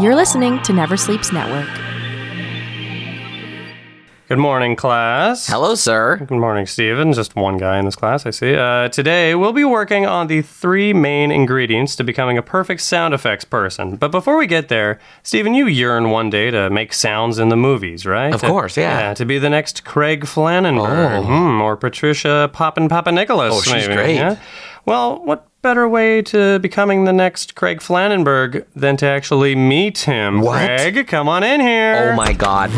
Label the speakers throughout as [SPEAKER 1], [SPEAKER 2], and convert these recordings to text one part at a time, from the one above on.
[SPEAKER 1] You're listening to Never Sleeps Network.
[SPEAKER 2] Good morning, class.
[SPEAKER 3] Hello, sir.
[SPEAKER 2] Good morning, Steven. Just one guy in this class, I see. Uh, today, we'll be working on the three main ingredients to becoming a perfect sound effects person. But before we get there, Steven, you yearn one day to make sounds in the movies, right?
[SPEAKER 3] Of course, yeah.
[SPEAKER 2] to be the next Craig Flannenberg. Hmm, or Patricia Poppin' Papa Nicholas.
[SPEAKER 3] Oh, she's
[SPEAKER 2] maybe,
[SPEAKER 3] great.
[SPEAKER 2] yeah? Well, what better way to becoming the next Craig Flannenberg than to actually meet him?
[SPEAKER 3] What?
[SPEAKER 2] Craig, come on in here.
[SPEAKER 3] Oh my God!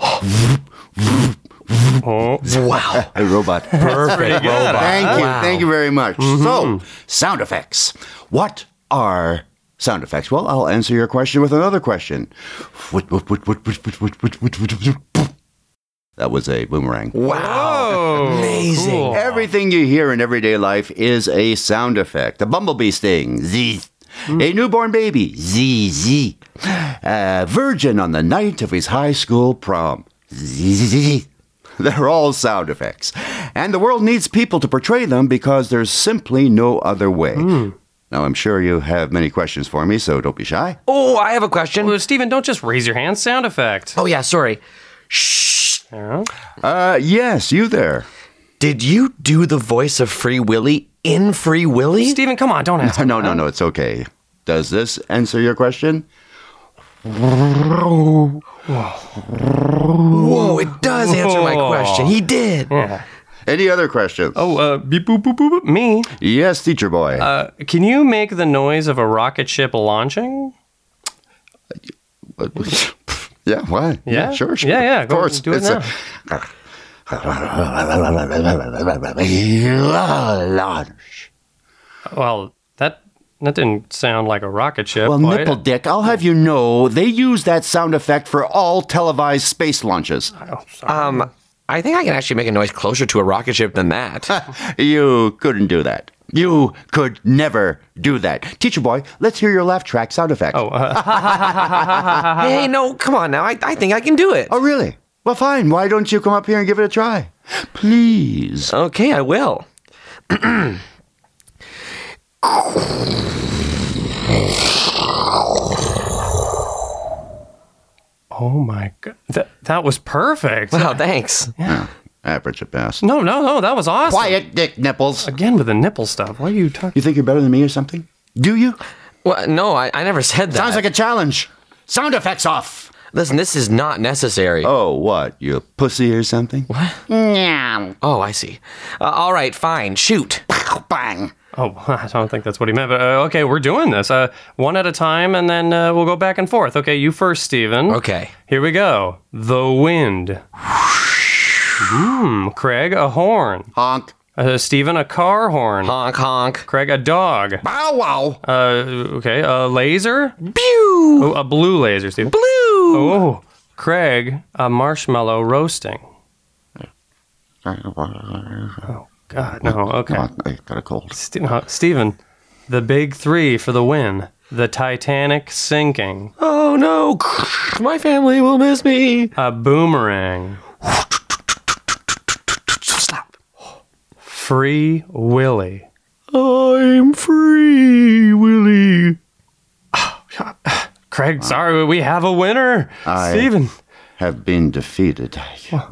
[SPEAKER 2] Oh,
[SPEAKER 3] Wow.
[SPEAKER 4] A robot. Mm-hmm.
[SPEAKER 2] pretty good.
[SPEAKER 4] Thank you.
[SPEAKER 3] Wow.
[SPEAKER 4] Thank you very much. So, sound effects. What are sound effects? Well, I'll answer your question with another question. That was a boomerang.
[SPEAKER 3] Wow.
[SPEAKER 2] Oh,
[SPEAKER 3] Amazing.
[SPEAKER 2] cool.
[SPEAKER 4] Everything you hear in everyday life is a sound effect. A bumblebee sting, zee. A newborn baby, zee zee. A virgin on the night of his high school prom, zee zee zee. zee. They're all sound effects. And the world needs people to portray them because there's simply no other way. Now, I'm sure you have many questions for me, so don't be shy.
[SPEAKER 3] Oh, I have a question.
[SPEAKER 2] Well, Steven, don't just raise your hand. Sound effect.
[SPEAKER 3] Oh yeah, sorry. Shh.
[SPEAKER 4] Uh, yes, you there.
[SPEAKER 3] Did you do the voice of Free Willy in Free Willy?
[SPEAKER 2] Steven, come on, don't ask.
[SPEAKER 4] No, no, no, it's okay. Does this answer your question?
[SPEAKER 3] Whoa, it does answer my question. He did.
[SPEAKER 4] Any other questions?
[SPEAKER 2] Oh, uh, beep, boop, boop, boop, boop. Me.
[SPEAKER 4] Yes, teacher boy.
[SPEAKER 2] Uh, can you make the noise of a rocket ship launching?
[SPEAKER 4] But- yeah, why?
[SPEAKER 2] Yeah?
[SPEAKER 4] sure, sure.
[SPEAKER 2] Yeah, yeah,
[SPEAKER 4] Of
[SPEAKER 2] go
[SPEAKER 4] course,
[SPEAKER 2] do it
[SPEAKER 4] it's a- Launch.
[SPEAKER 2] Well, that that didn't sound like a rocket ship.
[SPEAKER 4] Well,
[SPEAKER 2] quite.
[SPEAKER 4] nipple dick, I'll have you know they use that sound effect for all televised space launches.
[SPEAKER 3] Um, I think I can actually make a noise closer to a rocket ship than
[SPEAKER 4] Uh-huh.
[SPEAKER 3] that.
[SPEAKER 4] You couldn't do that. You could never do that. Teacher boy, let's hear your laugh track sound effect.
[SPEAKER 2] Oh, uh,
[SPEAKER 3] hey, no, come on now. I, I think I can do it.
[SPEAKER 4] Oh, really? Well, fine. Why don't you come up here and give it a try? Please.
[SPEAKER 3] Okay, I will.
[SPEAKER 2] oh my god, that that was perfect.
[SPEAKER 3] Wow, thanks.
[SPEAKER 4] Average at best.
[SPEAKER 2] No, no, no, that was awesome.
[SPEAKER 4] Quiet, dick nipples.
[SPEAKER 2] Again with the nipple stuff. Why are you talking?
[SPEAKER 4] You think you're better than me or something? Do you?
[SPEAKER 3] Well, no, I, I never said that.
[SPEAKER 4] Sounds like a challenge. Sound effects off.
[SPEAKER 3] Listen, this is not necessary.
[SPEAKER 4] Oh, what? You a pussy or something? What?
[SPEAKER 3] Oh, I see. Uh, all right, fine. Shoot.
[SPEAKER 4] Bang.
[SPEAKER 2] Oh, I don't think that's what he meant. But uh, okay, we're doing this uh, one at a time, and then uh, we'll go back and forth. Okay, you first, Steven.
[SPEAKER 3] Okay.
[SPEAKER 2] Here we go. The wind. Hmm. Craig, a horn.
[SPEAKER 4] Honk.
[SPEAKER 2] Uh, Steven, a car horn.
[SPEAKER 3] Honk, honk.
[SPEAKER 2] Craig, a dog.
[SPEAKER 4] Bow wow.
[SPEAKER 2] Uh, okay, a laser.
[SPEAKER 3] Pew!
[SPEAKER 2] Oh, a blue laser, Steven.
[SPEAKER 3] Blue!
[SPEAKER 2] Oh, Craig, a marshmallow roasting. Oh, God, no. Okay.
[SPEAKER 4] Come on, I got a cold.
[SPEAKER 2] Ste- uh, Steven, the big three for the win. The Titanic sinking.
[SPEAKER 3] Oh no, my family will miss me.
[SPEAKER 2] A boomerang.
[SPEAKER 3] Slap.
[SPEAKER 2] Free Willy.
[SPEAKER 3] I'm free, Willie.
[SPEAKER 2] Craig, sorry, we have a winner.
[SPEAKER 4] I-
[SPEAKER 2] Steven.
[SPEAKER 4] Have been defeated.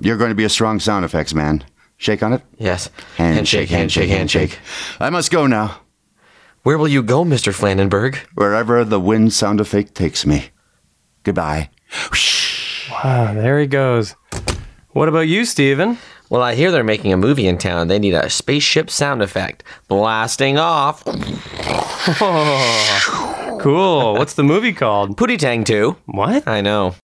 [SPEAKER 4] You're going to be a strong sound effects man. Shake on it.
[SPEAKER 3] Yes. handshake, handshake.
[SPEAKER 4] I must go now.
[SPEAKER 3] Where will you go, Mr. Flannenberg?
[SPEAKER 4] Wherever the wind sound effect takes me. Goodbye.
[SPEAKER 2] Wow, Ah, there he goes. What about you, Steven?
[SPEAKER 3] Well, I hear they're making a movie in town. They need a spaceship sound effect. Blasting off.
[SPEAKER 2] Cool. What's the movie called?
[SPEAKER 3] Pootie Tang 2.
[SPEAKER 2] What?
[SPEAKER 3] I know.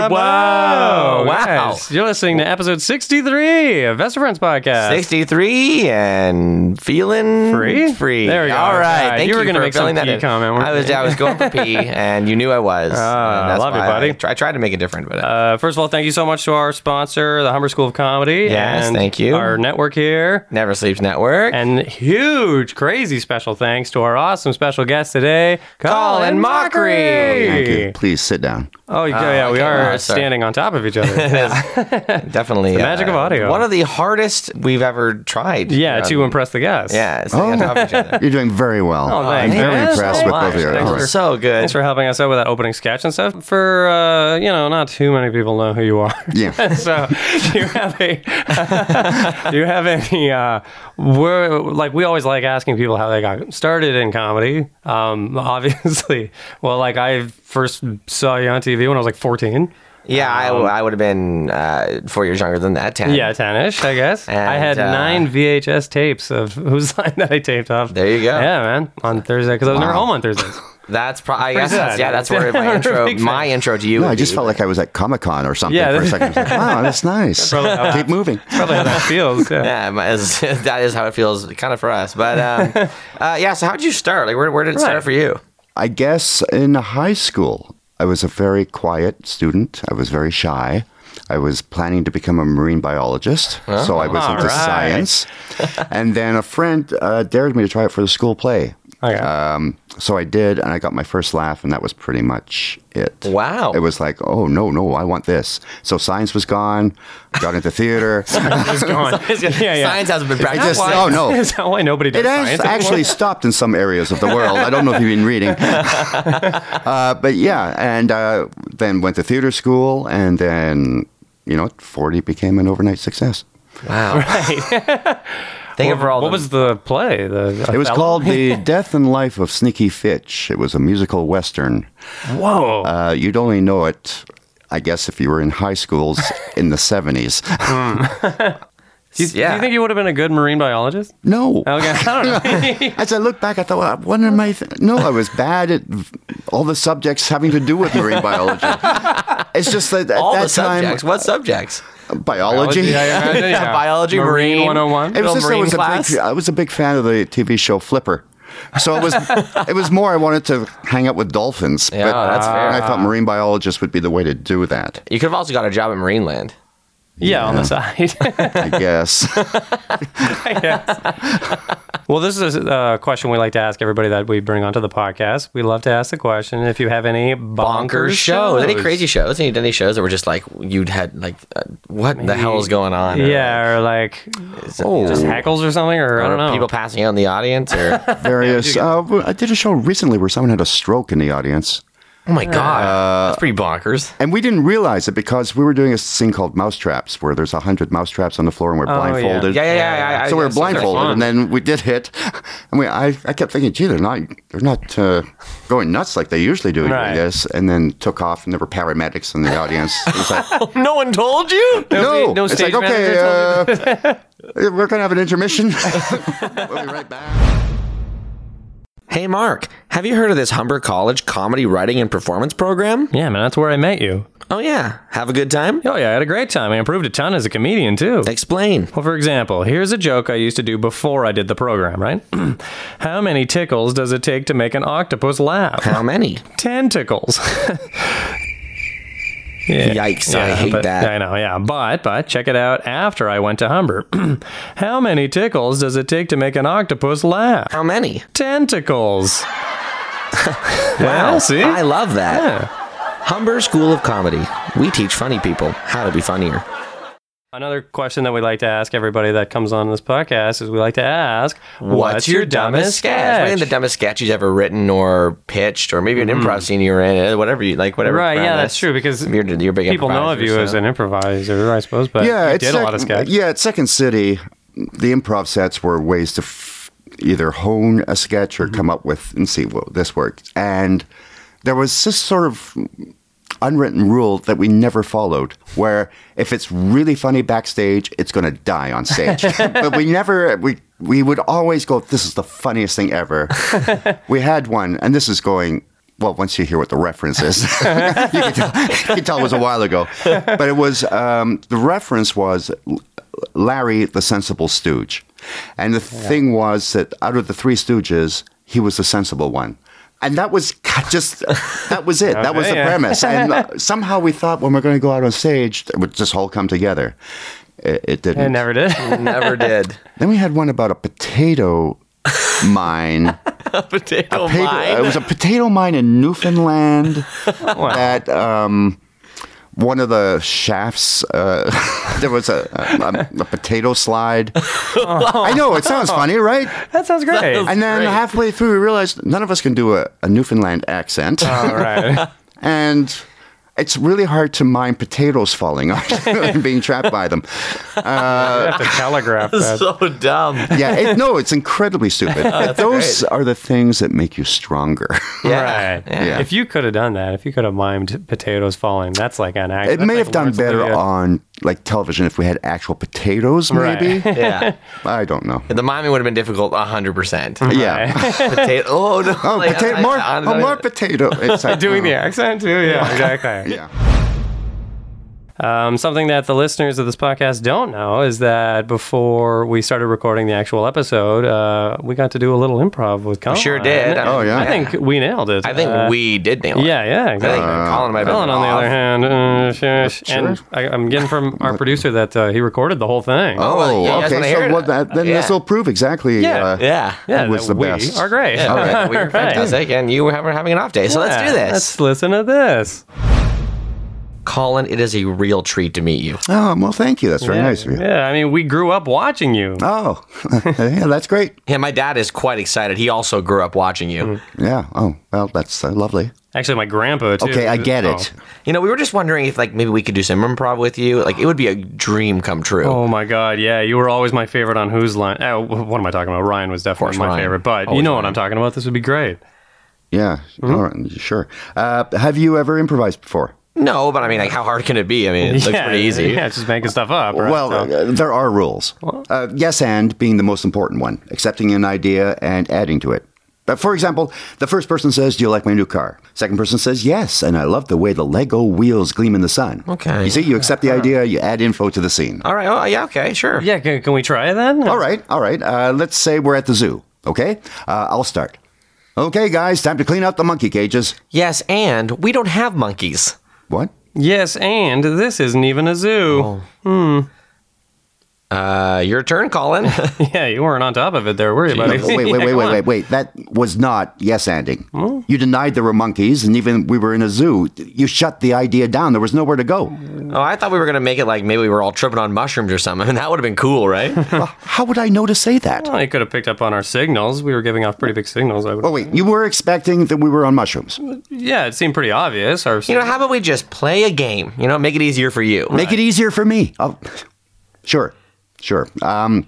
[SPEAKER 2] Wow.
[SPEAKER 3] Wow.
[SPEAKER 2] Guys, You're listening to episode 63 of Vesta Friends Podcast.
[SPEAKER 3] 63 and feeling
[SPEAKER 2] Free?
[SPEAKER 3] Free.
[SPEAKER 2] There we go.
[SPEAKER 3] All right.
[SPEAKER 2] All right.
[SPEAKER 3] Thank
[SPEAKER 2] You
[SPEAKER 3] you,
[SPEAKER 2] were gonna
[SPEAKER 3] for
[SPEAKER 2] make some
[SPEAKER 3] filling that
[SPEAKER 2] pee
[SPEAKER 3] in.
[SPEAKER 2] comment, weren't
[SPEAKER 3] I was.
[SPEAKER 2] you?
[SPEAKER 3] I was going for pee, and you knew I was.
[SPEAKER 2] Ah,
[SPEAKER 3] And that's
[SPEAKER 2] love it,
[SPEAKER 3] why
[SPEAKER 2] buddy.
[SPEAKER 3] I, try, I tried to make it different, but uh,
[SPEAKER 2] Uh, first of all, thank you so much to our sponsor, the Humber School of Comedy.
[SPEAKER 3] Yes,
[SPEAKER 2] and
[SPEAKER 3] thank you.
[SPEAKER 2] Our network here.
[SPEAKER 3] Never Sleeps Network.
[SPEAKER 2] And huge, crazy special thanks to our awesome special guest today,
[SPEAKER 3] Colin Mockery.
[SPEAKER 2] Hey!
[SPEAKER 4] Thank you. Please sit down.
[SPEAKER 2] Oh, yeah, yeah we
[SPEAKER 3] okay,
[SPEAKER 2] are
[SPEAKER 3] no, sorry.
[SPEAKER 2] standing on top of each other.
[SPEAKER 3] Definitely. uh,
[SPEAKER 2] the magic of audio.
[SPEAKER 3] One of the hardest we've ever tried.
[SPEAKER 2] yeah,
[SPEAKER 3] Um,
[SPEAKER 2] to impress the guests.
[SPEAKER 3] Yeah, sitting on top of each other.
[SPEAKER 4] You're doing very well.
[SPEAKER 2] Oh, thanks.
[SPEAKER 4] I'm very
[SPEAKER 2] Thanks
[SPEAKER 4] impressed
[SPEAKER 2] so
[SPEAKER 4] with
[SPEAKER 2] much.
[SPEAKER 4] both of you.
[SPEAKER 2] Thanks
[SPEAKER 4] All
[SPEAKER 2] for-
[SPEAKER 4] right.
[SPEAKER 3] So good.
[SPEAKER 2] Thanks for helping us out with that opening sketch and stuff. For, uh, you know, not too many people know who you are.
[SPEAKER 4] Yeah.
[SPEAKER 2] so do you have a do you have any uh we're like we always like asking people how they got started in comedy um obviously well like i first saw you on tv when i was like 14
[SPEAKER 3] Yeah, I, I would have been uh, four years younger than that. Ten.
[SPEAKER 2] Um, yeah 10ish i guess i
[SPEAKER 3] And,
[SPEAKER 2] had
[SPEAKER 3] uh,
[SPEAKER 2] nine vhs tapes of whose line that i taped off
[SPEAKER 3] There you go.
[SPEAKER 2] yeah man on thursday because i was never home on thursdays
[SPEAKER 3] That's probably. I guess
[SPEAKER 2] sad.
[SPEAKER 3] that's, yeah. That's where my
[SPEAKER 2] We're
[SPEAKER 3] intro,
[SPEAKER 2] big
[SPEAKER 3] my
[SPEAKER 2] fans.
[SPEAKER 3] intro to you.
[SPEAKER 4] No,
[SPEAKER 3] would
[SPEAKER 4] I just
[SPEAKER 3] be.
[SPEAKER 4] felt like I was at Comic Con or something
[SPEAKER 2] Yeah.
[SPEAKER 4] for a second. I was like, wow, that's nice. Keep moving.
[SPEAKER 2] probably how that feels yeah.
[SPEAKER 3] Yeah, my- is- that is how it feels, kind of for us. But um, uh, yeah, so how did you start? Like, where, where did it
[SPEAKER 2] Right.
[SPEAKER 3] start for you?
[SPEAKER 4] I guess in high school, I was a very quiet student. I was very shy. I was planning to become a marine biologist, so I was
[SPEAKER 2] all
[SPEAKER 4] into
[SPEAKER 2] right.
[SPEAKER 4] science. and then a friend uh, dared me to try it for the school play.
[SPEAKER 2] Okay.
[SPEAKER 4] Um, so I did, and I got my first laugh, and that was pretty much it.
[SPEAKER 3] Wow.
[SPEAKER 4] It was like, oh, no, no, I want this. So science was gone, got into theater.
[SPEAKER 2] It's gone. yeah, yeah.
[SPEAKER 3] Science hasn't been
[SPEAKER 4] I
[SPEAKER 3] practiced.
[SPEAKER 4] just, oh, no.
[SPEAKER 2] Is that why nobody does
[SPEAKER 4] It
[SPEAKER 2] science?
[SPEAKER 4] has actually stopped in some areas of the world. I don't know if you've been reading. uh, but yeah, and uh, then went to theater school, and then, you know, 40 became an overnight success.
[SPEAKER 3] Wow. Think of all
[SPEAKER 2] what
[SPEAKER 3] the-
[SPEAKER 2] was the play? The
[SPEAKER 4] It was
[SPEAKER 2] Othello?
[SPEAKER 4] called The Death and Life of Sneaky Fitch. It was a musical Western.
[SPEAKER 2] Whoa.
[SPEAKER 4] Uh, you'd only know it, I guess, if you were in high schools in the 70s.
[SPEAKER 2] Do you, do you
[SPEAKER 3] Yeah.
[SPEAKER 2] think you would have been a good marine biologist?
[SPEAKER 4] No.
[SPEAKER 2] Okay, I don't know.
[SPEAKER 4] As I look back, I thought, what am I? Th-? No, I was bad at v- all the subjects having to do with marine biology. It's just that at
[SPEAKER 3] all the
[SPEAKER 4] that time, uh,
[SPEAKER 3] subjects. What subjects?
[SPEAKER 4] biology.
[SPEAKER 2] yeah, yeah, yeah.
[SPEAKER 3] Biology,
[SPEAKER 2] Marine
[SPEAKER 3] Marine
[SPEAKER 2] 101.
[SPEAKER 4] It was
[SPEAKER 3] Little
[SPEAKER 4] just I
[SPEAKER 3] marine
[SPEAKER 4] was, a uh,
[SPEAKER 3] class.
[SPEAKER 4] big, I was a big fan of the TV show Flipper. So it was it was more I wanted to hang out with dolphins.
[SPEAKER 3] Yeah, that's fair.
[SPEAKER 4] And I thought marine biologists would be the way to do that,
[SPEAKER 3] You could have also got a job at Marineland.
[SPEAKER 2] Yeah, on the side.
[SPEAKER 4] I guess.
[SPEAKER 2] well, this is a uh, question we like to ask everybody that we bring onto the podcast. We love to ask the question if you have any bonkers,
[SPEAKER 3] Bonkers shows. Any crazy shows? Any any shows that were just like you'd had like uh, what the hell is going on? Or,
[SPEAKER 2] Yeah, or like
[SPEAKER 3] oh,
[SPEAKER 2] just heckles or something, or, I
[SPEAKER 3] or
[SPEAKER 2] don't know.
[SPEAKER 3] people passing out in the audience or
[SPEAKER 4] Various. uh, I did a show recently where someone had a stroke in the audience.
[SPEAKER 3] oh my god, that's pretty bonkers.
[SPEAKER 4] And we didn't realize it because we were doing this thing called mousetraps, where there's a hundred mousetraps on the floor and we're
[SPEAKER 2] yeah.
[SPEAKER 4] blindfolded.
[SPEAKER 3] Oh, Yeah, yeah, yeah. yeah, I-
[SPEAKER 4] so we
[SPEAKER 3] I-
[SPEAKER 4] were blindfolded, and then we did hit. And we, I, I kept thinking, gee, they're not, they're not uh, going nuts like they usually do
[SPEAKER 2] Right.
[SPEAKER 4] doing this. And then took off, and there were paramedics in the audience. It was like,
[SPEAKER 3] No one told you.
[SPEAKER 4] no,
[SPEAKER 2] Oh, no
[SPEAKER 4] it's
[SPEAKER 2] stage
[SPEAKER 4] like okay, uh, we're gonna have an intermission. we'll be right back.
[SPEAKER 3] Hey, Mark, have you heard of this Humber College comedy writing and performance program?
[SPEAKER 2] yeah, man, that's where I met you.
[SPEAKER 3] Oh, yeah. Have a good time?
[SPEAKER 2] Oh, yeah, I had a great time. I improved a ton as a comedian, too.
[SPEAKER 3] Explain.
[SPEAKER 2] Well, for example, here's a joke I used to do before I did the program, right? How many tickles does it take to make an octopus laugh?
[SPEAKER 3] How many?
[SPEAKER 2] tentacles. yeah.
[SPEAKER 3] Yikes, I hate
[SPEAKER 2] but-
[SPEAKER 3] that.
[SPEAKER 2] I know, yeah. But, but, check it out after I went to Humber. How many tickles does it take to make an octopus laugh?
[SPEAKER 3] How many?
[SPEAKER 2] Tentacles. well, see?
[SPEAKER 3] I love that.
[SPEAKER 2] Yeah.
[SPEAKER 3] Humber School of Comedy. We teach funny people how to be funnier.
[SPEAKER 2] Another question that we like to ask everybody that comes on this podcast is we like to ask,
[SPEAKER 3] What is the dumbest sketch you've ever written or pitched, or maybe an improv scene you were in, eh, whatever you like, whatever.
[SPEAKER 2] Mm. Right, yeah,
[SPEAKER 3] premise.
[SPEAKER 2] that's true, because
[SPEAKER 3] you're, you're a big
[SPEAKER 2] People know of you
[SPEAKER 3] improviser,
[SPEAKER 2] as
[SPEAKER 3] so-
[SPEAKER 2] an improviser, I suppose, but
[SPEAKER 4] Yeah,
[SPEAKER 2] you
[SPEAKER 4] it's
[SPEAKER 2] did a lot of
[SPEAKER 4] Sec-
[SPEAKER 2] sketch.
[SPEAKER 4] yeah, at Second City, the improv sets were ways to f- either hone a sketch
[SPEAKER 2] Mm-hmm.
[SPEAKER 4] or come up with and see well this works. And there was this sort of unwritten rule that we never followed, where if it's really funny backstage, it's going to die on stage. but we never we. We would always go, This is the funniest thing ever. we had one, and this is going, well, once you hear what the reference is, you, can tell, you can tell it was a while ago. But it was um, the reference was L- Larry the Sensible Stooge, and the thing was that out of the three Stooges, he was the sensible one. And that was ca- just that was it. that was the
[SPEAKER 2] Okay, yeah.
[SPEAKER 4] premise. And uh, somehow we thought when we're going to go out on stage, it would just all come together. It, it didn't.
[SPEAKER 2] I never did.
[SPEAKER 3] Never did.
[SPEAKER 4] Then we had one about a potato mine
[SPEAKER 3] potato
[SPEAKER 4] Potato-
[SPEAKER 3] mine.
[SPEAKER 4] It was a potato mine in Newfoundland that um, one of the shafts, uh, there was a, a, a potato slide. I know, it sounds funny, right?
[SPEAKER 2] That sounds great.
[SPEAKER 4] And then
[SPEAKER 3] Great.
[SPEAKER 4] halfway through, we realized none of us can do a, a Newfoundland accent.
[SPEAKER 2] All right.
[SPEAKER 4] and it's really hard to mime potatoes falling on and being trapped by them.
[SPEAKER 2] I have to telegraph that.
[SPEAKER 3] so dumb.
[SPEAKER 4] Yeah, it, no, it's incredibly
[SPEAKER 2] Oh,
[SPEAKER 4] stupid. But those are the things that make you stronger.
[SPEAKER 3] Yeah.
[SPEAKER 2] Right.
[SPEAKER 4] Yeah.
[SPEAKER 2] If you could have done that, if you could have mimed potatoes falling, that's like an act.
[SPEAKER 4] it
[SPEAKER 2] that's
[SPEAKER 4] may
[SPEAKER 2] like
[SPEAKER 4] have done
[SPEAKER 2] Lawrence
[SPEAKER 4] better
[SPEAKER 2] Olivier.
[SPEAKER 4] on like television if we had actual potatoes,
[SPEAKER 2] Right.
[SPEAKER 4] maybe.
[SPEAKER 3] Yeah.
[SPEAKER 4] I don't know.
[SPEAKER 3] The miming would have been difficult 100%.
[SPEAKER 4] Yeah.
[SPEAKER 3] potato. Oh, no.
[SPEAKER 4] Oh,
[SPEAKER 3] Like,
[SPEAKER 4] pota-
[SPEAKER 3] I-
[SPEAKER 4] more,
[SPEAKER 3] I- I-
[SPEAKER 4] oh, more potato. It's like,
[SPEAKER 2] Doing the
[SPEAKER 4] oh,
[SPEAKER 2] accent too, yeah, exactly.
[SPEAKER 4] Yeah.
[SPEAKER 2] Um, something that the listeners of this podcast don't know is that before we started recording the actual episode, uh, we got to do a little improv with Colin.
[SPEAKER 3] Sure did.
[SPEAKER 4] Oh, yeah.
[SPEAKER 2] I think we nailed it.
[SPEAKER 3] I think
[SPEAKER 2] Uh,
[SPEAKER 3] we did nail it.
[SPEAKER 2] Yeah, yeah,
[SPEAKER 3] I think
[SPEAKER 2] exactly.
[SPEAKER 3] Colin might have been
[SPEAKER 2] Colin, on the
[SPEAKER 3] off.
[SPEAKER 2] other hand, uh, sure, and
[SPEAKER 4] sure.
[SPEAKER 2] I, I'm getting from our producer that uh, he recorded the whole thing.
[SPEAKER 4] Oh,
[SPEAKER 3] well, yeah, that's what I
[SPEAKER 4] okay. So
[SPEAKER 3] heard.
[SPEAKER 4] what that, then
[SPEAKER 3] Yeah.
[SPEAKER 4] this will prove exactly.
[SPEAKER 2] Yeah.
[SPEAKER 4] Uh,
[SPEAKER 3] Yeah.
[SPEAKER 2] yeah,
[SPEAKER 4] That was
[SPEAKER 2] that
[SPEAKER 4] the
[SPEAKER 2] we
[SPEAKER 4] best.
[SPEAKER 2] are great.
[SPEAKER 3] Yeah,
[SPEAKER 2] All
[SPEAKER 3] we were
[SPEAKER 2] right.
[SPEAKER 3] fantastic, and you were having an off day. So let's
[SPEAKER 2] Yeah,
[SPEAKER 3] do this.
[SPEAKER 2] Let's listen to this.
[SPEAKER 3] Colin, it is a real treat to meet you.
[SPEAKER 4] Oh, well, thank you. That's very nice of you.
[SPEAKER 2] Yeah, I mean, we grew up watching you.
[SPEAKER 4] Oh, yeah, that's great.
[SPEAKER 3] Yeah, my dad is quite excited. He also grew up watching you.
[SPEAKER 2] Mm.
[SPEAKER 4] Yeah. Oh, well, that's uh, lovely.
[SPEAKER 2] Actually, my grandpa too.
[SPEAKER 4] Okay, I get
[SPEAKER 2] Oh.
[SPEAKER 4] it.
[SPEAKER 3] You know, we were just wondering if, like, maybe we could do some improv with you. Like, it would be a dream come true.
[SPEAKER 2] Oh my God! Yeah, you were always my favorite on Who's Line. Oh, wh- what am I talking about? Ryan was definitely
[SPEAKER 3] course,
[SPEAKER 2] my
[SPEAKER 3] Ryan.
[SPEAKER 2] favorite, but you
[SPEAKER 3] Always
[SPEAKER 2] know what
[SPEAKER 3] Ryan.
[SPEAKER 2] I'm talking about. This would be great.
[SPEAKER 4] Yeah.
[SPEAKER 2] Mm-hmm.
[SPEAKER 4] all right, sure. Uh, have you ever improvised before?
[SPEAKER 3] No, but I mean, like, how hard can it be? I mean, it looks
[SPEAKER 2] yeah,
[SPEAKER 3] pretty easy.
[SPEAKER 2] Yeah, it's just making stuff up. Right?
[SPEAKER 4] Well,
[SPEAKER 2] So-
[SPEAKER 4] uh, there are rules. Uh, yes, and being the most important one, accepting an idea and adding to it. But for example, the first person says, "Do you like my new car?" Second person says, "Yes, and I love the way the Lego wheels gleam in the sun."
[SPEAKER 3] Okay.
[SPEAKER 4] You see, you accept the idea, you add info to the scene.
[SPEAKER 3] All right. Oh, yeah. Okay. Sure.
[SPEAKER 2] yeah, can, can we try it then?
[SPEAKER 4] All right, all right. Uh, let's say we're at the zoo. Okay, uh, I'll start. Okay, guys, time to clean out the monkey cages.
[SPEAKER 3] Yes, and we don't have monkeys.
[SPEAKER 4] What?
[SPEAKER 2] Yes, and this isn't even a zoo.
[SPEAKER 3] Oh. Uh, your turn, Colin. Oh,
[SPEAKER 2] Yeah, you weren't on top of it there, were you, buddy?
[SPEAKER 4] No, wait, wait,
[SPEAKER 2] Yeah,
[SPEAKER 4] wait,
[SPEAKER 2] come
[SPEAKER 4] wait,
[SPEAKER 2] on.
[SPEAKER 4] wait, wait. That was not yes ending. You denied there were monkeys, and even we were in a zoo. You shut the idea down. There was nowhere to go.
[SPEAKER 3] oh, I thought we were gonna make it like maybe we were all tripping on mushrooms or something. that would have been cool, right?
[SPEAKER 4] How would I know to say that?
[SPEAKER 2] Well, you could have picked up on our signals. We were giving off pretty big signals. I would.
[SPEAKER 4] Oh wait, you were expecting that we were on mushrooms.
[SPEAKER 2] Yeah, it seemed pretty obvious. Our
[SPEAKER 3] you know, how about we just play a game? You know, make it easier for you.
[SPEAKER 4] Make it easier for me. Oh, sure, sure. Um,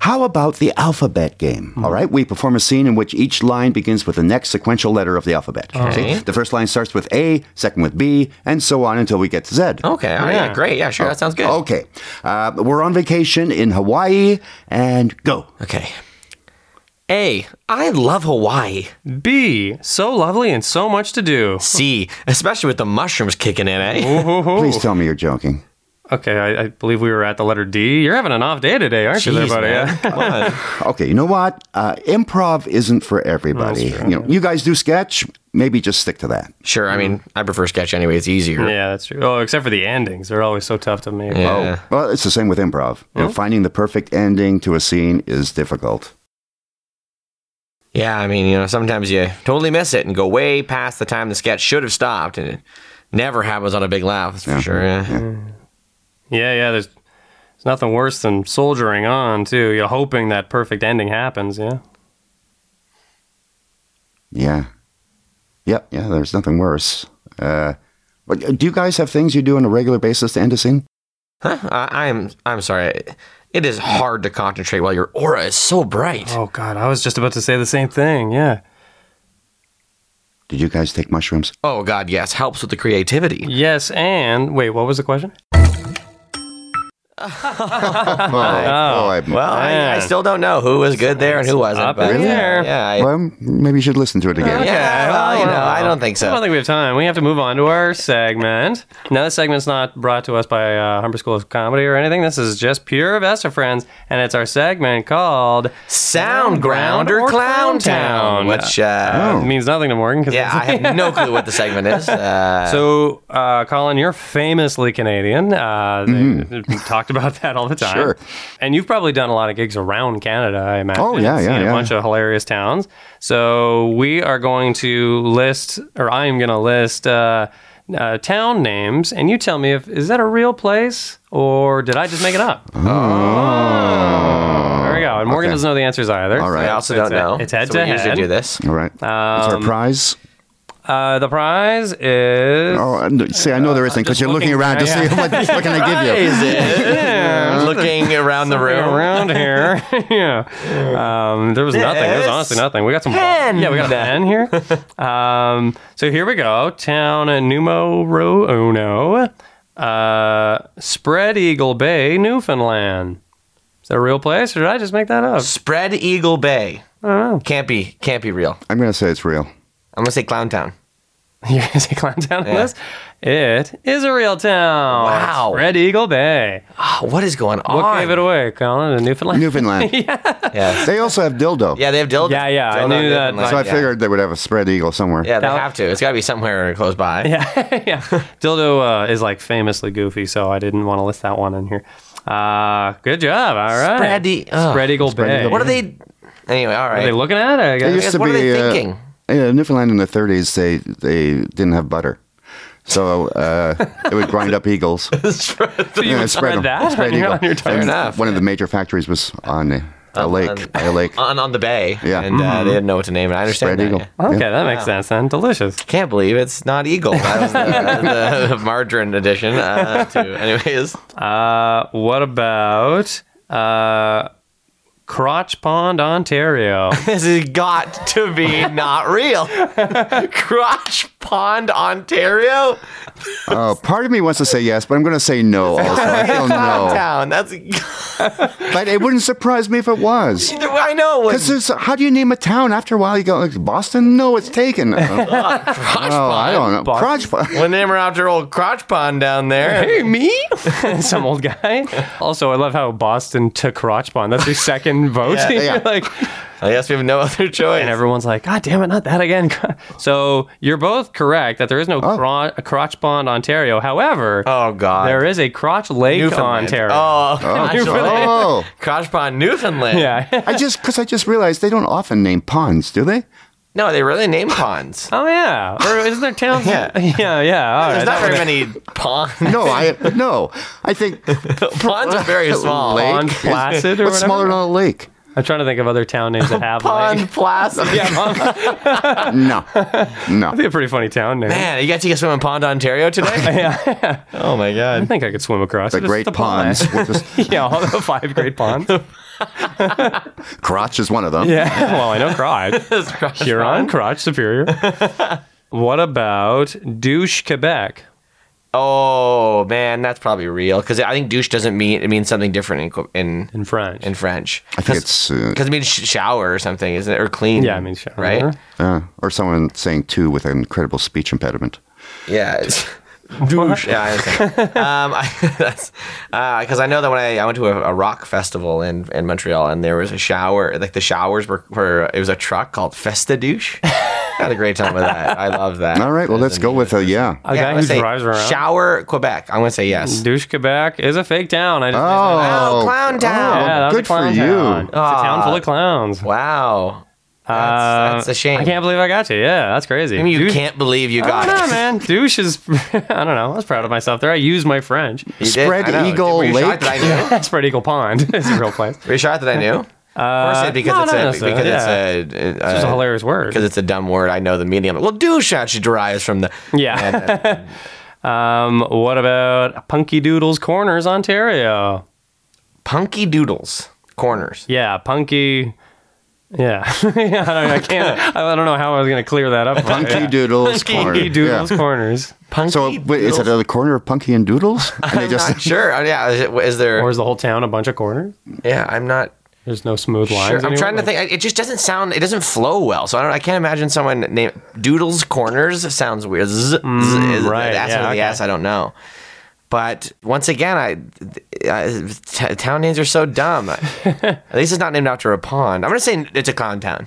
[SPEAKER 4] how about the alphabet game? All right, we perform a scene in which each line begins with the next sequential letter of the alphabet.
[SPEAKER 3] Okay.
[SPEAKER 4] See? The first line starts with A, second with B, and so on until we get to Z.
[SPEAKER 3] Okay. All right.
[SPEAKER 2] Yeah. Oh,
[SPEAKER 3] Yeah. Great. Yeah. Sure. That sounds good.
[SPEAKER 4] Okay, uh, we're on vacation in Hawaii, and go.
[SPEAKER 3] Okay. A. I love Hawaii.
[SPEAKER 2] B, so lovely and so much to do.
[SPEAKER 3] C. Especially with the mushrooms kicking in, eh?
[SPEAKER 4] Please tell me you're joking.
[SPEAKER 2] Okay, I, I believe we were at the letter D. You're having an off day today, aren't you, there,
[SPEAKER 3] Jeez,
[SPEAKER 2] buddy?
[SPEAKER 3] man.
[SPEAKER 2] Yeah.
[SPEAKER 3] Come on.
[SPEAKER 4] Okay, you know what? Uh, improv isn't for everybody. You know, you guys do sketch. Maybe just stick to that.
[SPEAKER 3] Sure. I mean, I prefer sketch anyway. It's easier.
[SPEAKER 2] Yeah, that's true. Oh, except for the endings, they're always so tough to make.
[SPEAKER 3] Yeah. Oh.
[SPEAKER 4] Oh, well, it's the same with improv. You know, finding the perfect ending to a scene is difficult.
[SPEAKER 3] Yeah, I mean, you know, sometimes you totally miss it and go way past the time the sketch should have stopped, and it never happens on a big laugh, that's for sure. Yeah.
[SPEAKER 2] yeah, yeah. There's, there's nothing worse than soldiering on too. You're hoping that perfect ending happens. Yeah.
[SPEAKER 4] Yeah. Yep. Yeah. There's nothing worse. Uh, but do you guys have things you do on a regular basis to end a scene?
[SPEAKER 3] Huh? I, I'm I'm sorry. It is hard to concentrate while your aura is so bright.
[SPEAKER 2] Oh God, I was just about to say the same thing. Yeah.
[SPEAKER 4] Did you guys take mushrooms?
[SPEAKER 3] Oh God, yes, helps with the creativity.
[SPEAKER 2] Yes, and wait, what was the question?
[SPEAKER 4] Oh, I,
[SPEAKER 3] Well, I, I
[SPEAKER 2] Man.
[SPEAKER 3] still don't know who was good there and who wasn't.
[SPEAKER 2] up
[SPEAKER 3] but
[SPEAKER 2] in
[SPEAKER 3] yeah,
[SPEAKER 2] there.
[SPEAKER 3] Yeah, I,
[SPEAKER 4] well, maybe you should listen to it again.
[SPEAKER 3] yeah. Well, you know, I don't think
[SPEAKER 2] I don't
[SPEAKER 3] so.
[SPEAKER 2] think we have time. We have to move on to our segment. Now, this segment's not brought to us by uh, Humber School of Comedy or anything. This is just pure Vesta Friends, and it's our segment called
[SPEAKER 3] Sound ground or
[SPEAKER 2] Or
[SPEAKER 3] clown
[SPEAKER 2] Clown Town.
[SPEAKER 3] town,
[SPEAKER 2] Oh.
[SPEAKER 3] which uh,
[SPEAKER 2] It Means Nothing to Morgan. 'cause
[SPEAKER 3] yeah, I have no clue what the segment is. Uh,
[SPEAKER 2] So, uh, Colin, you're famously Canadian. Uh, they- talked talked about that all the time.
[SPEAKER 4] Sure.
[SPEAKER 2] And you've probably done a lot of gigs around Canada, I imagine.
[SPEAKER 4] Oh, yeah, yeah,
[SPEAKER 2] Seen
[SPEAKER 4] yeah.
[SPEAKER 2] A bunch of hilarious towns. So we are going to list, or I am going to list uh, uh, town names, and you tell me if is that a real place or did I just make it up? Oh. There we go. And Morgan
[SPEAKER 4] Okay.
[SPEAKER 2] doesn't know the answers either.
[SPEAKER 4] All right.
[SPEAKER 3] I
[SPEAKER 4] Yeah,
[SPEAKER 3] also
[SPEAKER 2] it's
[SPEAKER 3] don't
[SPEAKER 2] a-
[SPEAKER 3] know.
[SPEAKER 2] It's head
[SPEAKER 3] so
[SPEAKER 2] to
[SPEAKER 3] we usually
[SPEAKER 2] head.
[SPEAKER 3] do this.
[SPEAKER 4] All right. What's
[SPEAKER 3] Um,
[SPEAKER 4] our prize?
[SPEAKER 2] Uh, the prize is.
[SPEAKER 4] Oh, I kn- see, I know there isn't because
[SPEAKER 2] just
[SPEAKER 4] you're looking,
[SPEAKER 2] looking-
[SPEAKER 4] around to
[SPEAKER 2] yeah.
[SPEAKER 4] see what, what can I give you. Uh,
[SPEAKER 3] Looking around the room.
[SPEAKER 2] around here. yeah. Um, there was nothing. There was
[SPEAKER 3] Yes.
[SPEAKER 2] honestly nothing. We got some
[SPEAKER 3] Pen.
[SPEAKER 2] Yeah, we got a pen here. um, so here we go. Town numero uno. oh, Uh, Spread Eagle Bay, Newfoundland. Is that a real place, or did I just make that up?
[SPEAKER 3] Spread Eagle Bay. Can't be. Can't be real.
[SPEAKER 4] I'm going to say it's real.
[SPEAKER 3] I'm gonna say Clowntown.
[SPEAKER 2] You're gonna say Clowntown
[SPEAKER 3] Yeah.
[SPEAKER 2] yeah. this? It is a real town.
[SPEAKER 3] Wow.
[SPEAKER 2] Spread Eagle Bay.
[SPEAKER 3] Oh, what is going on?
[SPEAKER 2] What gave it away, Colin? In Newfoundland.
[SPEAKER 4] Newfoundland.
[SPEAKER 3] Yeah.
[SPEAKER 4] They also have dildo.
[SPEAKER 3] Yeah, they have dildo.
[SPEAKER 2] Yeah, yeah, I knew
[SPEAKER 3] dildo
[SPEAKER 2] that, like-
[SPEAKER 3] different lines,
[SPEAKER 4] So I
[SPEAKER 3] yeah.
[SPEAKER 4] figured they would have a spread eagle somewhere.
[SPEAKER 3] Yeah, they
[SPEAKER 2] Now-
[SPEAKER 3] have to. It's got to be somewhere close by.
[SPEAKER 2] yeah, yeah. Dildo uh, is like famously goofy, so I didn't want to list that one in here. Uh, good job. All right.
[SPEAKER 3] Spread e- ugh.
[SPEAKER 2] Spread Eagle Bay.
[SPEAKER 4] Eagle
[SPEAKER 3] What are they? Anyway, all
[SPEAKER 2] Are
[SPEAKER 3] right.
[SPEAKER 2] they looking at? I
[SPEAKER 4] It
[SPEAKER 2] guess.
[SPEAKER 3] used- what are they thinking?
[SPEAKER 4] Uh, yeah, Newfoundland in the 30s, they they didn't have butter, so uh, it would grind up eagles.
[SPEAKER 2] So you
[SPEAKER 4] Yeah,
[SPEAKER 2] would spread,
[SPEAKER 4] them.
[SPEAKER 2] that on,
[SPEAKER 4] Spread
[SPEAKER 2] your,
[SPEAKER 4] eagle.
[SPEAKER 2] on your
[SPEAKER 4] And
[SPEAKER 2] tongue.
[SPEAKER 3] enough.
[SPEAKER 4] One of the major factories was on a, a lake. By a lake.
[SPEAKER 3] on on the bay.
[SPEAKER 4] Yeah. Mm-hmm.
[SPEAKER 3] and uh, they didn't know what to name it. I understand
[SPEAKER 4] Spread
[SPEAKER 3] that.
[SPEAKER 4] eagle.
[SPEAKER 3] yeah.
[SPEAKER 2] Okay, that makes sense then. Delicious.
[SPEAKER 3] Can't believe it's not eagle. That was the, the, the margarine edition. Uh, to, anyways,
[SPEAKER 2] Uh, what about uh, Crotch Pond, Ontario?
[SPEAKER 3] this has got to be not real. Crotch Pond,
[SPEAKER 2] Oh.
[SPEAKER 3] Ontario,
[SPEAKER 4] Uh, part of me wants to say yes, but I'm going to say no. Also, I feel no.
[SPEAKER 3] town. That's
[SPEAKER 4] But it wouldn't surprise me if it was.
[SPEAKER 3] either way. I know. It
[SPEAKER 4] Because
[SPEAKER 3] was,
[SPEAKER 4] it's how do you name a town after a while? You go like Boston? No, it's taken. Uh, oh, I don't know.
[SPEAKER 2] Boston.
[SPEAKER 4] Crotch Pond.
[SPEAKER 3] we'll name her after old Crotch Pond down there.
[SPEAKER 2] Hey, me? Some old guy. Also, I love how Boston took Crotch Pond. That's your second vote.
[SPEAKER 3] Yeah,
[SPEAKER 2] You're
[SPEAKER 4] yeah.
[SPEAKER 2] like,
[SPEAKER 3] I guess we have no other choice.
[SPEAKER 2] and everyone's like, "God damn it, not that again!" so you're both correct that there is no cro- crotch pond, Ontario. However,
[SPEAKER 3] oh God.
[SPEAKER 2] there is a crotch lake,
[SPEAKER 3] Newfoundland.
[SPEAKER 2] Ontario.
[SPEAKER 3] Oh, Newfoundland.
[SPEAKER 4] Oh,
[SPEAKER 3] Crotch Pond, Newfoundland.
[SPEAKER 2] Yeah.
[SPEAKER 4] I just because I just realized they don't often name ponds, do they?
[SPEAKER 3] No, they really name ponds.
[SPEAKER 2] oh yeah. Or isn't there towns?
[SPEAKER 3] Yeah.
[SPEAKER 2] yeah, yeah. All right.
[SPEAKER 3] There's not
[SPEAKER 2] That
[SPEAKER 3] very
[SPEAKER 2] was-
[SPEAKER 3] many ponds.
[SPEAKER 4] No, I no. I think
[SPEAKER 3] ponds are very small.
[SPEAKER 4] Lake.
[SPEAKER 2] Pond Placid or
[SPEAKER 4] what's
[SPEAKER 2] whatever.
[SPEAKER 4] smaller than a lake?
[SPEAKER 2] I'm trying to think of other town names that have
[SPEAKER 3] Pond
[SPEAKER 2] like.
[SPEAKER 3] Placid.
[SPEAKER 4] No, no.
[SPEAKER 2] That'd be a pretty funny town name.
[SPEAKER 3] Man, you got to get swim in Pond, Ontario today?
[SPEAKER 2] Yeah.
[SPEAKER 3] oh my
[SPEAKER 2] I
[SPEAKER 3] god.
[SPEAKER 2] think I could swim across
[SPEAKER 4] The
[SPEAKER 2] it. It's
[SPEAKER 4] great
[SPEAKER 2] the pond.
[SPEAKER 4] ponds. We're just-
[SPEAKER 2] yeah, all the five great ponds.
[SPEAKER 4] crotch is one of them.
[SPEAKER 2] Yeah, well, I know Crotch. Huron, Crotch, Superior. what about Douche, Quebec?
[SPEAKER 3] Oh man, that's probably real because I think douche doesn't mean it means something different in Qu- in
[SPEAKER 2] in French.
[SPEAKER 3] in French.
[SPEAKER 4] I think it's uh,
[SPEAKER 3] Because it means sh- shower or something, isn't it? Or clean.
[SPEAKER 2] yeah, I mean, shower.
[SPEAKER 3] right?
[SPEAKER 4] uh, or someone saying two with an incredible speech impediment.
[SPEAKER 3] Yeah. It's, douche. Yeah, I understand. um, I, that's because I know that when I, I went to a, a rock festival in, in Montreal and there was a shower, like the showers were, were it was a truck called Festa Douche. Had a great time with that. I love that.
[SPEAKER 4] All right, well, let's
[SPEAKER 2] E
[SPEAKER 4] go with a
[SPEAKER 2] A
[SPEAKER 4] yeah.
[SPEAKER 3] Yeah, I'm
[SPEAKER 2] guy
[SPEAKER 3] gonna
[SPEAKER 2] who
[SPEAKER 3] say
[SPEAKER 2] drives around.
[SPEAKER 3] Shower Quebec. I'm gonna say yes.
[SPEAKER 2] Douche, Quebec is a fake town. I just
[SPEAKER 4] Oh,
[SPEAKER 3] Clown Town.
[SPEAKER 2] yeah, that was a
[SPEAKER 4] good for
[SPEAKER 2] clown
[SPEAKER 4] you.
[SPEAKER 2] town. It's a town full of clowns.
[SPEAKER 3] Wow.
[SPEAKER 2] Uh,
[SPEAKER 3] That's, that's a shame.
[SPEAKER 2] I can't believe I got you. Yeah, that's crazy.
[SPEAKER 3] I mean, you
[SPEAKER 2] Douche-
[SPEAKER 3] can't believe you
[SPEAKER 2] I
[SPEAKER 3] got
[SPEAKER 2] don't know,
[SPEAKER 3] it.
[SPEAKER 2] man. Douche is. I don't know. I was proud of myself there. I used my French.
[SPEAKER 3] You did?
[SPEAKER 4] Spread
[SPEAKER 3] I know.
[SPEAKER 4] Eagle
[SPEAKER 3] Were you
[SPEAKER 4] Lake.
[SPEAKER 3] shocked that I knew?
[SPEAKER 2] Spread Eagle Pond is a real place.
[SPEAKER 3] Were you shocked that I knew? of course, it- because
[SPEAKER 2] Uh, no,
[SPEAKER 3] it's
[SPEAKER 2] no, no,
[SPEAKER 3] a
[SPEAKER 2] sir.
[SPEAKER 3] because
[SPEAKER 2] Yeah.
[SPEAKER 3] it's a, uh,
[SPEAKER 2] It's just a hilarious word.
[SPEAKER 3] because it's a dumb word. I know the meaning. of it. Well, douche actually derives from the
[SPEAKER 2] Yeah. um, what about Punky Doodles Corners, Ontario?
[SPEAKER 3] punky doodles corners.
[SPEAKER 2] Yeah, Punky. Yeah, I, don't, I can't. I don't know how I was going to clear that up.
[SPEAKER 4] Punky
[SPEAKER 2] Yeah.
[SPEAKER 4] Doodles Corner.
[SPEAKER 2] Punky Doodles
[SPEAKER 4] Yeah.
[SPEAKER 2] Corners.
[SPEAKER 3] Punky.
[SPEAKER 4] So wait, is
[SPEAKER 3] doodles.
[SPEAKER 4] it at the corner of Punky and Doodles? And they
[SPEAKER 3] I'm not sure. Oh, yeah, is, it, is there?
[SPEAKER 2] Or is the whole town a bunch of corners?
[SPEAKER 3] yeah, I'm not.
[SPEAKER 2] There's no smooth lines.
[SPEAKER 3] Sure. I'm
[SPEAKER 2] anywhere?
[SPEAKER 3] trying to
[SPEAKER 2] Like,
[SPEAKER 3] think. I- It just doesn't sound. It doesn't flow well. So I don't. I can't imagine someone named Doodles Corners sounds weird. Z, z, is
[SPEAKER 2] Mm, right,
[SPEAKER 3] The ass
[SPEAKER 2] yeah,
[SPEAKER 3] or the
[SPEAKER 2] okay.
[SPEAKER 3] ass. I don't know. But once again, I, I t- town names are so dumb. At least it's not named after a pond. I'm gonna say it's a clown town.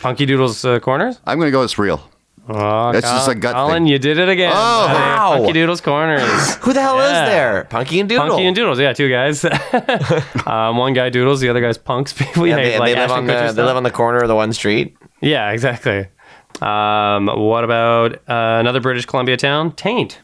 [SPEAKER 2] Punky Doodles uh, Corners.
[SPEAKER 4] I'm going to go. It's real.
[SPEAKER 2] Oh,
[SPEAKER 4] That's just
[SPEAKER 2] Col-
[SPEAKER 4] a gut
[SPEAKER 2] Colin,
[SPEAKER 4] thing.
[SPEAKER 2] you did it again.
[SPEAKER 3] Oh,
[SPEAKER 2] buddy.
[SPEAKER 3] wow.
[SPEAKER 2] Punky Doodles Corners.
[SPEAKER 3] Who the hell
[SPEAKER 2] Yeah.
[SPEAKER 3] is there? Punky and Doodle.
[SPEAKER 2] Punky and Doodles, yeah, two guys. um, one guy doodles, the other guy's punks. we
[SPEAKER 3] Yeah,
[SPEAKER 2] hate,
[SPEAKER 3] they, they
[SPEAKER 2] like,
[SPEAKER 3] live
[SPEAKER 2] Ashton
[SPEAKER 3] on the
[SPEAKER 2] Kutcher
[SPEAKER 3] they
[SPEAKER 2] stuff.
[SPEAKER 3] live on the corner of the one street.
[SPEAKER 2] Yeah, exactly. Um, what about uh, another British Columbia town? Taint.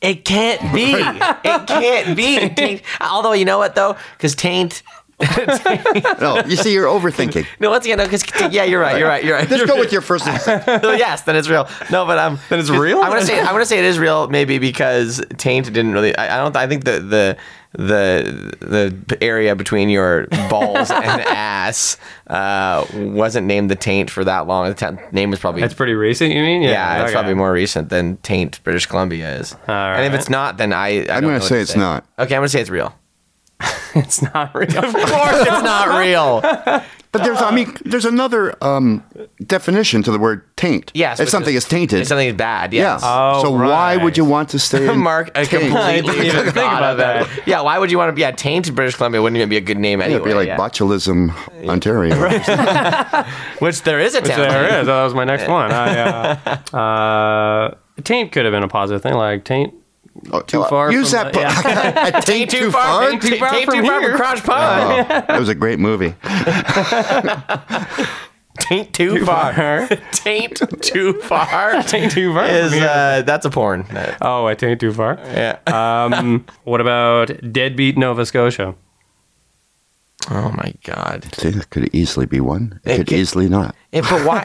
[SPEAKER 3] It can't be. it can't be. Taint. Although you know what though, because taint.
[SPEAKER 4] No, you see, you're overthinking.
[SPEAKER 3] No, once again, because yeah, you're right. You're right. You're right.
[SPEAKER 4] Let's
[SPEAKER 3] you're
[SPEAKER 4] go
[SPEAKER 3] right.
[SPEAKER 4] with your first. answer.
[SPEAKER 3] No, yes, then it's real. No, but um, then
[SPEAKER 2] it's real?
[SPEAKER 3] I want to say I want to say it is real, maybe because taint didn't really. I, I don't. I think the the the the area between your balls and ass uh, wasn't named the taint for that long. The ta- name was probably.
[SPEAKER 2] That's pretty recent, you mean?
[SPEAKER 3] yeah, it's
[SPEAKER 2] okay.
[SPEAKER 3] probably more recent than Taint, British Columbia is. And if
[SPEAKER 2] right.
[SPEAKER 3] it's not, then I, I
[SPEAKER 4] I'm
[SPEAKER 3] don't
[SPEAKER 4] going
[SPEAKER 3] know
[SPEAKER 4] to
[SPEAKER 3] what
[SPEAKER 4] say it's not.
[SPEAKER 3] Okay, I'm gonna say it's real.
[SPEAKER 2] It's not real.
[SPEAKER 3] Of course, it's not real.
[SPEAKER 4] But there's, I mean, there's another um, definition to the word taint.
[SPEAKER 3] Yes,
[SPEAKER 4] it's
[SPEAKER 3] which
[SPEAKER 4] something
[SPEAKER 3] is-
[SPEAKER 4] is tainted.
[SPEAKER 3] It's something bad.
[SPEAKER 4] yeah.
[SPEAKER 3] Yes.
[SPEAKER 2] Oh,
[SPEAKER 4] so why
[SPEAKER 2] right.
[SPEAKER 4] would you want to stay? in
[SPEAKER 3] Mark, I
[SPEAKER 4] taint?
[SPEAKER 3] completely
[SPEAKER 2] Even think
[SPEAKER 3] forgot
[SPEAKER 2] about
[SPEAKER 3] about that. Yeah, why would you want to be at Taint, British Columbia? Wouldn't even be a good name anyway.
[SPEAKER 4] It'd be like
[SPEAKER 3] yeah.
[SPEAKER 4] botulism, Ontario.
[SPEAKER 3] Which there is a town.
[SPEAKER 2] there is. That was my next one. I, uh, uh, taint could have been a positive thing, like taint.
[SPEAKER 4] Oh, too
[SPEAKER 2] far
[SPEAKER 4] Use
[SPEAKER 2] from
[SPEAKER 4] that. po- taint, too, far.
[SPEAKER 3] Taint too far,
[SPEAKER 2] Taint
[SPEAKER 3] from,
[SPEAKER 2] too far from
[SPEAKER 3] Crotch Pond.
[SPEAKER 4] Oh, that was a great movie.
[SPEAKER 3] Taint too far. Taint too far.
[SPEAKER 2] Taint too far.
[SPEAKER 3] is uh, that's a porn.
[SPEAKER 2] oh, I taint too far.
[SPEAKER 3] yeah.
[SPEAKER 2] Um, what about Deadbeat Nova Scotia?
[SPEAKER 3] oh my god.
[SPEAKER 4] See, that could easily be one. It,
[SPEAKER 3] It
[SPEAKER 4] could
[SPEAKER 3] could-
[SPEAKER 4] easily not.
[SPEAKER 3] Yeah, but why?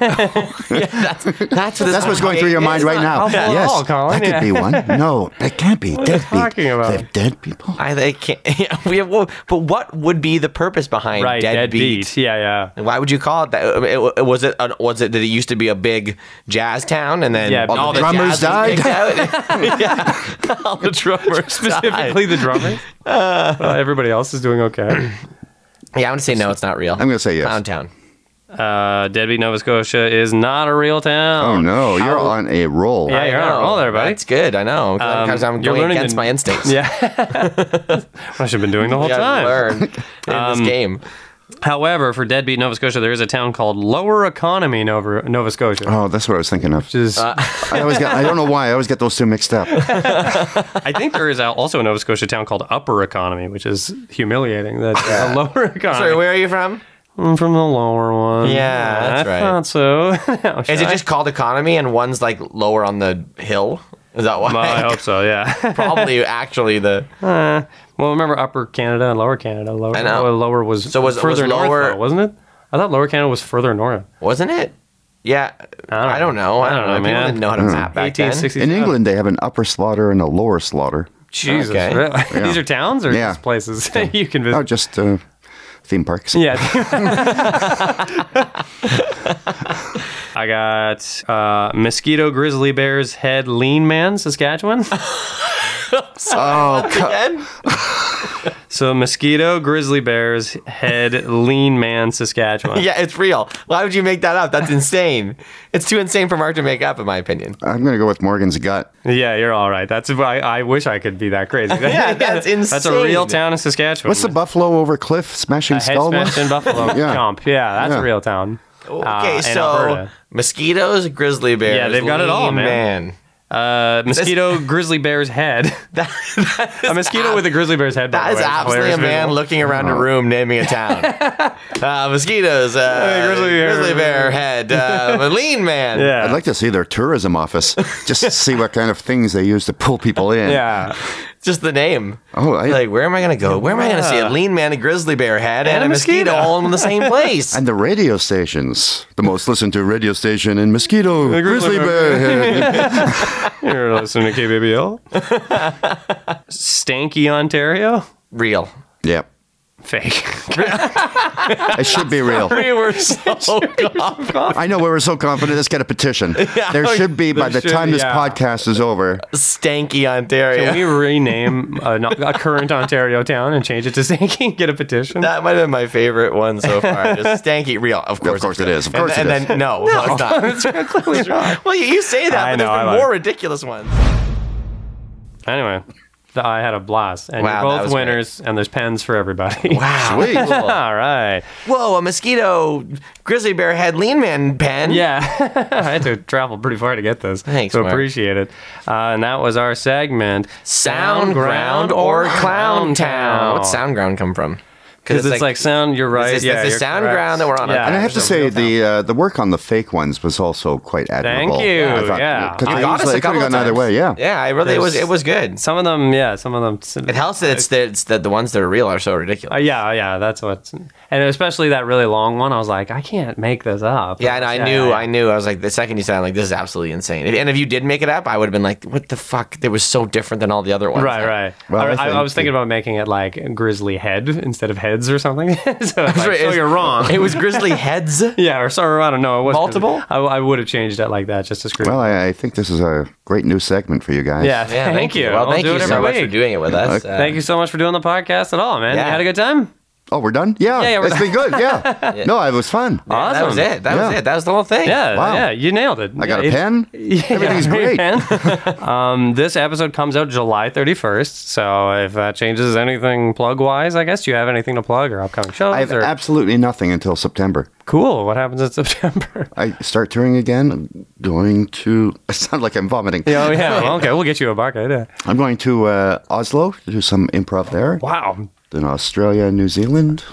[SPEAKER 3] yeah, that's that's, what this
[SPEAKER 4] That's what's going through your
[SPEAKER 3] is
[SPEAKER 4] mind right now.
[SPEAKER 2] helpful at
[SPEAKER 4] yes,
[SPEAKER 2] all, Colin.
[SPEAKER 4] that could be one. No, that can't be.
[SPEAKER 2] are you
[SPEAKER 4] Dead people.
[SPEAKER 2] talking about?
[SPEAKER 4] They're dead people.
[SPEAKER 3] I, I can't. Yeah, we have, well, but what would be the purpose behind
[SPEAKER 2] Right,
[SPEAKER 3] Deadbeat?
[SPEAKER 2] Deadbeat. Yeah, yeah.
[SPEAKER 3] And Why would you call it that? I mean, it- it- was it an, was it that it used to be a big jazz town and then
[SPEAKER 2] Yeah, All
[SPEAKER 4] the drummers
[SPEAKER 3] jazz was kicked out? yeah, all the drummers
[SPEAKER 2] Specifically
[SPEAKER 3] died.
[SPEAKER 2] the drummers. Uh, everybody else is doing okay.
[SPEAKER 3] Yeah, I'm gonna say no. It's not real.
[SPEAKER 4] I'm gonna say yes.
[SPEAKER 3] Clown Town.
[SPEAKER 2] Uh, Deadbeat Nova Scotia is not a real town.
[SPEAKER 4] Oh no, you're on a roll.
[SPEAKER 2] Yeah, you're on a
[SPEAKER 3] No,
[SPEAKER 2] roll there, buddy.
[SPEAKER 3] That's good. I know. Sometimes I'm
[SPEAKER 2] you're
[SPEAKER 3] going
[SPEAKER 2] learning
[SPEAKER 3] against
[SPEAKER 2] the-
[SPEAKER 3] my instincts.
[SPEAKER 2] Yeah. I should have been doing the whole
[SPEAKER 3] You gotta
[SPEAKER 2] time.
[SPEAKER 3] learn in this game.
[SPEAKER 2] However, for Deadbeat Nova Scotia, there is a town called Lower Economy, Nova, Nova Scotia.
[SPEAKER 4] Oh, that's what I was thinking of.
[SPEAKER 2] Which is,
[SPEAKER 4] I always got. I don't know why. I always get those two mixed up.
[SPEAKER 2] I think there is also a Nova Scotia town called Upper Economy, which is humiliating. That a lower economy.
[SPEAKER 3] Sorry, where are you from?
[SPEAKER 2] I'm from the lower one.
[SPEAKER 3] Yeah, that's
[SPEAKER 2] I
[SPEAKER 3] right.
[SPEAKER 2] thought so. Oh, No,
[SPEAKER 3] Is
[SPEAKER 2] should
[SPEAKER 3] it
[SPEAKER 2] I?
[SPEAKER 3] just called economy and one's like lower on the hill? Is that why?
[SPEAKER 2] Well, I hope so. Yeah.
[SPEAKER 3] Probably actually the
[SPEAKER 2] well, remember Upper Canada and Lower Canada. Lower,
[SPEAKER 3] I know.
[SPEAKER 2] Lower, lower was
[SPEAKER 3] So was- was
[SPEAKER 2] further north,
[SPEAKER 3] Lower-
[SPEAKER 2] though, wasn't it? I thought Lower Canada was further north.
[SPEAKER 3] wasn't it? Yeah, I don't know. I don't, know. People didn't know how to
[SPEAKER 4] Hmm.
[SPEAKER 3] map back then.
[SPEAKER 2] 1860.
[SPEAKER 4] In England, they have an upper slaughter and a lower slaughter.
[SPEAKER 2] Jesus,
[SPEAKER 3] Okay.
[SPEAKER 2] really? these are towns or
[SPEAKER 4] Yeah.
[SPEAKER 2] just places you can visit.
[SPEAKER 4] Oh, just uh, theme parks.
[SPEAKER 2] Yeah. I got uh, mosquito grizzly bears head lean man Saskatchewan.
[SPEAKER 4] Oh, co-
[SPEAKER 3] Again?
[SPEAKER 2] So mosquito grizzly bears head lean man Saskatchewan.
[SPEAKER 3] Yeah, it's real. Why would you make that up? That's insane. It's too insane for Mark to make up, in my opinion.
[SPEAKER 4] I'm gonna go with Morgan's gut.
[SPEAKER 2] Yeah, you're all right. That's I, I wish I could be that crazy.
[SPEAKER 3] Yeah, that's
[SPEAKER 2] That's a real
[SPEAKER 3] insane.
[SPEAKER 2] town in Saskatchewan.
[SPEAKER 4] What's the buffalo over cliff smashing
[SPEAKER 2] a head
[SPEAKER 4] skull?
[SPEAKER 2] smash in Buffalo?
[SPEAKER 4] Yeah.
[SPEAKER 2] Chomp. Yeah, that's
[SPEAKER 4] Yeah.
[SPEAKER 2] a real town. Uh,
[SPEAKER 3] Okay,
[SPEAKER 2] in
[SPEAKER 3] so
[SPEAKER 2] Alberta.
[SPEAKER 3] mosquitoes, grizzly bears.
[SPEAKER 2] Yeah, they've got it all,
[SPEAKER 3] lean
[SPEAKER 2] man. Uh, mosquito grizzly bear's head.
[SPEAKER 3] That, that is
[SPEAKER 2] A mosquito
[SPEAKER 3] ab-
[SPEAKER 2] with a grizzly bear's head. by
[SPEAKER 3] That
[SPEAKER 2] the
[SPEAKER 3] is
[SPEAKER 2] way. It's
[SPEAKER 3] absolutely a
[SPEAKER 2] hilarious
[SPEAKER 3] man
[SPEAKER 2] visual.
[SPEAKER 3] looking around a
[SPEAKER 2] Oh.
[SPEAKER 3] room naming a town. uh, mosquitoes, uh,
[SPEAKER 2] Hey, grizzly
[SPEAKER 3] grizzly,
[SPEAKER 2] bear.
[SPEAKER 3] bear. head, uh, a lean man.
[SPEAKER 2] Yeah.
[SPEAKER 4] I'd like to see their tourism office just to see what kind of things they use to pull people in.
[SPEAKER 2] Yeah.
[SPEAKER 3] Just the name.
[SPEAKER 4] Oh, I,
[SPEAKER 3] Like, where am I going to go? Where am I going to see
[SPEAKER 2] Yeah.
[SPEAKER 3] a lean man, a grizzly bear head, and,
[SPEAKER 2] a
[SPEAKER 3] a mosquito,
[SPEAKER 2] mosquito.
[SPEAKER 3] all in the same place?
[SPEAKER 4] and the radio stations, the most listened to radio station in Mosquito,
[SPEAKER 2] grizzly
[SPEAKER 4] Grizzly Bear.
[SPEAKER 2] You're listening to KBBL. Stanky, Ontario?
[SPEAKER 3] Real.
[SPEAKER 4] yep,
[SPEAKER 2] Fake.
[SPEAKER 4] it should be real.
[SPEAKER 3] We were so confident.
[SPEAKER 4] I know we were so confident. Let's get a petition. there should be by
[SPEAKER 2] there
[SPEAKER 4] the
[SPEAKER 2] should
[SPEAKER 4] time
[SPEAKER 2] be,
[SPEAKER 4] this
[SPEAKER 2] yeah.
[SPEAKER 4] podcast is over.
[SPEAKER 3] Stanky, Ontario.
[SPEAKER 2] Can we rename a, no- a current Ontario town and change it to Stanky and get a petition?
[SPEAKER 3] That might have been my favorite one so far. Just stanky, real. Of course,
[SPEAKER 4] course it
[SPEAKER 3] real.
[SPEAKER 4] is. Of
[SPEAKER 3] And-
[SPEAKER 4] course it
[SPEAKER 3] and,
[SPEAKER 4] is.
[SPEAKER 3] then no, no, it's not. well, you, you say that,
[SPEAKER 2] I
[SPEAKER 3] but
[SPEAKER 2] know,
[SPEAKER 3] there's
[SPEAKER 2] I
[SPEAKER 3] been
[SPEAKER 2] lied.
[SPEAKER 3] more ridiculous ones.
[SPEAKER 2] anyway, the I had a blast. And you're
[SPEAKER 3] Wow, that
[SPEAKER 2] both
[SPEAKER 3] was great.
[SPEAKER 2] winners, and there's pens for everybody.
[SPEAKER 3] Wow.
[SPEAKER 4] Sweet.
[SPEAKER 3] cool.
[SPEAKER 2] All right.
[SPEAKER 3] Whoa, a mosquito grizzly bear head lean man pen.
[SPEAKER 2] Yeah, I had to travel pretty far to get this.
[SPEAKER 3] Thanks,
[SPEAKER 2] so
[SPEAKER 3] Mark.
[SPEAKER 2] appreciate it. Uh, and that was our segment,
[SPEAKER 3] Sound ground or clown town. What's sound ground come from?
[SPEAKER 2] Because it's, like, sound. You're right.
[SPEAKER 3] Is this-
[SPEAKER 2] yeah,
[SPEAKER 3] this is
[SPEAKER 2] you're
[SPEAKER 3] sound
[SPEAKER 2] correct.
[SPEAKER 3] ground that we're on?
[SPEAKER 2] Yeah.
[SPEAKER 4] And I have to
[SPEAKER 3] There's a
[SPEAKER 4] say
[SPEAKER 3] real
[SPEAKER 4] the uh, the work on the fake ones was also quite admirable.
[SPEAKER 2] you,
[SPEAKER 4] I thought,
[SPEAKER 2] yeah.
[SPEAKER 4] 'cause
[SPEAKER 2] You
[SPEAKER 4] they
[SPEAKER 3] got us
[SPEAKER 4] usually-
[SPEAKER 3] a
[SPEAKER 4] it could have
[SPEAKER 3] couple
[SPEAKER 4] gone either
[SPEAKER 3] times.
[SPEAKER 4] way. Yeah.
[SPEAKER 3] Yeah, I really it was it was good.
[SPEAKER 2] Some of them, yeah. Some of them.
[SPEAKER 3] It helps that it's that it's that the ones that are real are so ridiculous.
[SPEAKER 2] Uh, yeah, yeah, that's what. And especially that really long one, I was like, I can't make this up.
[SPEAKER 3] Yeah, and I knew,
[SPEAKER 2] yeah.
[SPEAKER 3] I knew. I was like, the second you said, it, I'm like, this is absolutely insane. If- And if you did make it up, I would have been like, what the fuck? It was so different than all the other ones.
[SPEAKER 2] Right, right.
[SPEAKER 4] Well,
[SPEAKER 2] I,
[SPEAKER 4] I
[SPEAKER 2] I, I
[SPEAKER 4] think
[SPEAKER 2] was thinking
[SPEAKER 4] the-
[SPEAKER 2] about making it like grizzly head instead of heads or something. so, it's like,
[SPEAKER 3] That's right,
[SPEAKER 2] so
[SPEAKER 3] it's-
[SPEAKER 2] you're wrong.
[SPEAKER 3] It was grizzly heads.
[SPEAKER 2] yeah, or sorry, I don't know. It was
[SPEAKER 3] Multiple?
[SPEAKER 2] I, I would have changed it like that just to screw.
[SPEAKER 4] Well, I, I think this is a great new segment for you guys.
[SPEAKER 2] yeah,
[SPEAKER 3] Yeah,
[SPEAKER 2] thank you.
[SPEAKER 3] Well,
[SPEAKER 2] We'll
[SPEAKER 3] thank
[SPEAKER 2] do
[SPEAKER 3] you
[SPEAKER 2] it
[SPEAKER 3] so
[SPEAKER 2] every
[SPEAKER 3] much for
[SPEAKER 2] week.
[SPEAKER 3] doing it with us. Uh,
[SPEAKER 2] Thank you so much for doing the podcast at all, man.
[SPEAKER 3] Yeah.
[SPEAKER 2] You had a good time.
[SPEAKER 4] Oh, we're done. Yeah.
[SPEAKER 2] Yeah, yeah, we're
[SPEAKER 4] it's been good. Yeah. No, it was fun.
[SPEAKER 3] yeah, That was
[SPEAKER 2] Awesome.
[SPEAKER 3] it. That was
[SPEAKER 4] Yeah.
[SPEAKER 3] it. That was the whole thing.
[SPEAKER 2] Yeah,
[SPEAKER 4] Wow.
[SPEAKER 2] yeah, you nailed it.
[SPEAKER 4] I got a
[SPEAKER 2] It's-
[SPEAKER 4] pen. Everything's great.
[SPEAKER 2] man. um, this episode comes out July 31st. So if that changes anything plug wise, I guess, do you have anything to plug or upcoming shows?
[SPEAKER 4] I have
[SPEAKER 2] or-
[SPEAKER 4] absolutely nothing until September.
[SPEAKER 2] cool. What happens in September?
[SPEAKER 4] I start touring again. I'm going to. I sound like I'm vomiting.
[SPEAKER 2] oh, yeah. well, okay. We'll get you a bucket. Yeah.
[SPEAKER 4] I'm going to uh, Oslo to do some improv there.
[SPEAKER 2] Wow.
[SPEAKER 4] Then Australia, and New Zealand.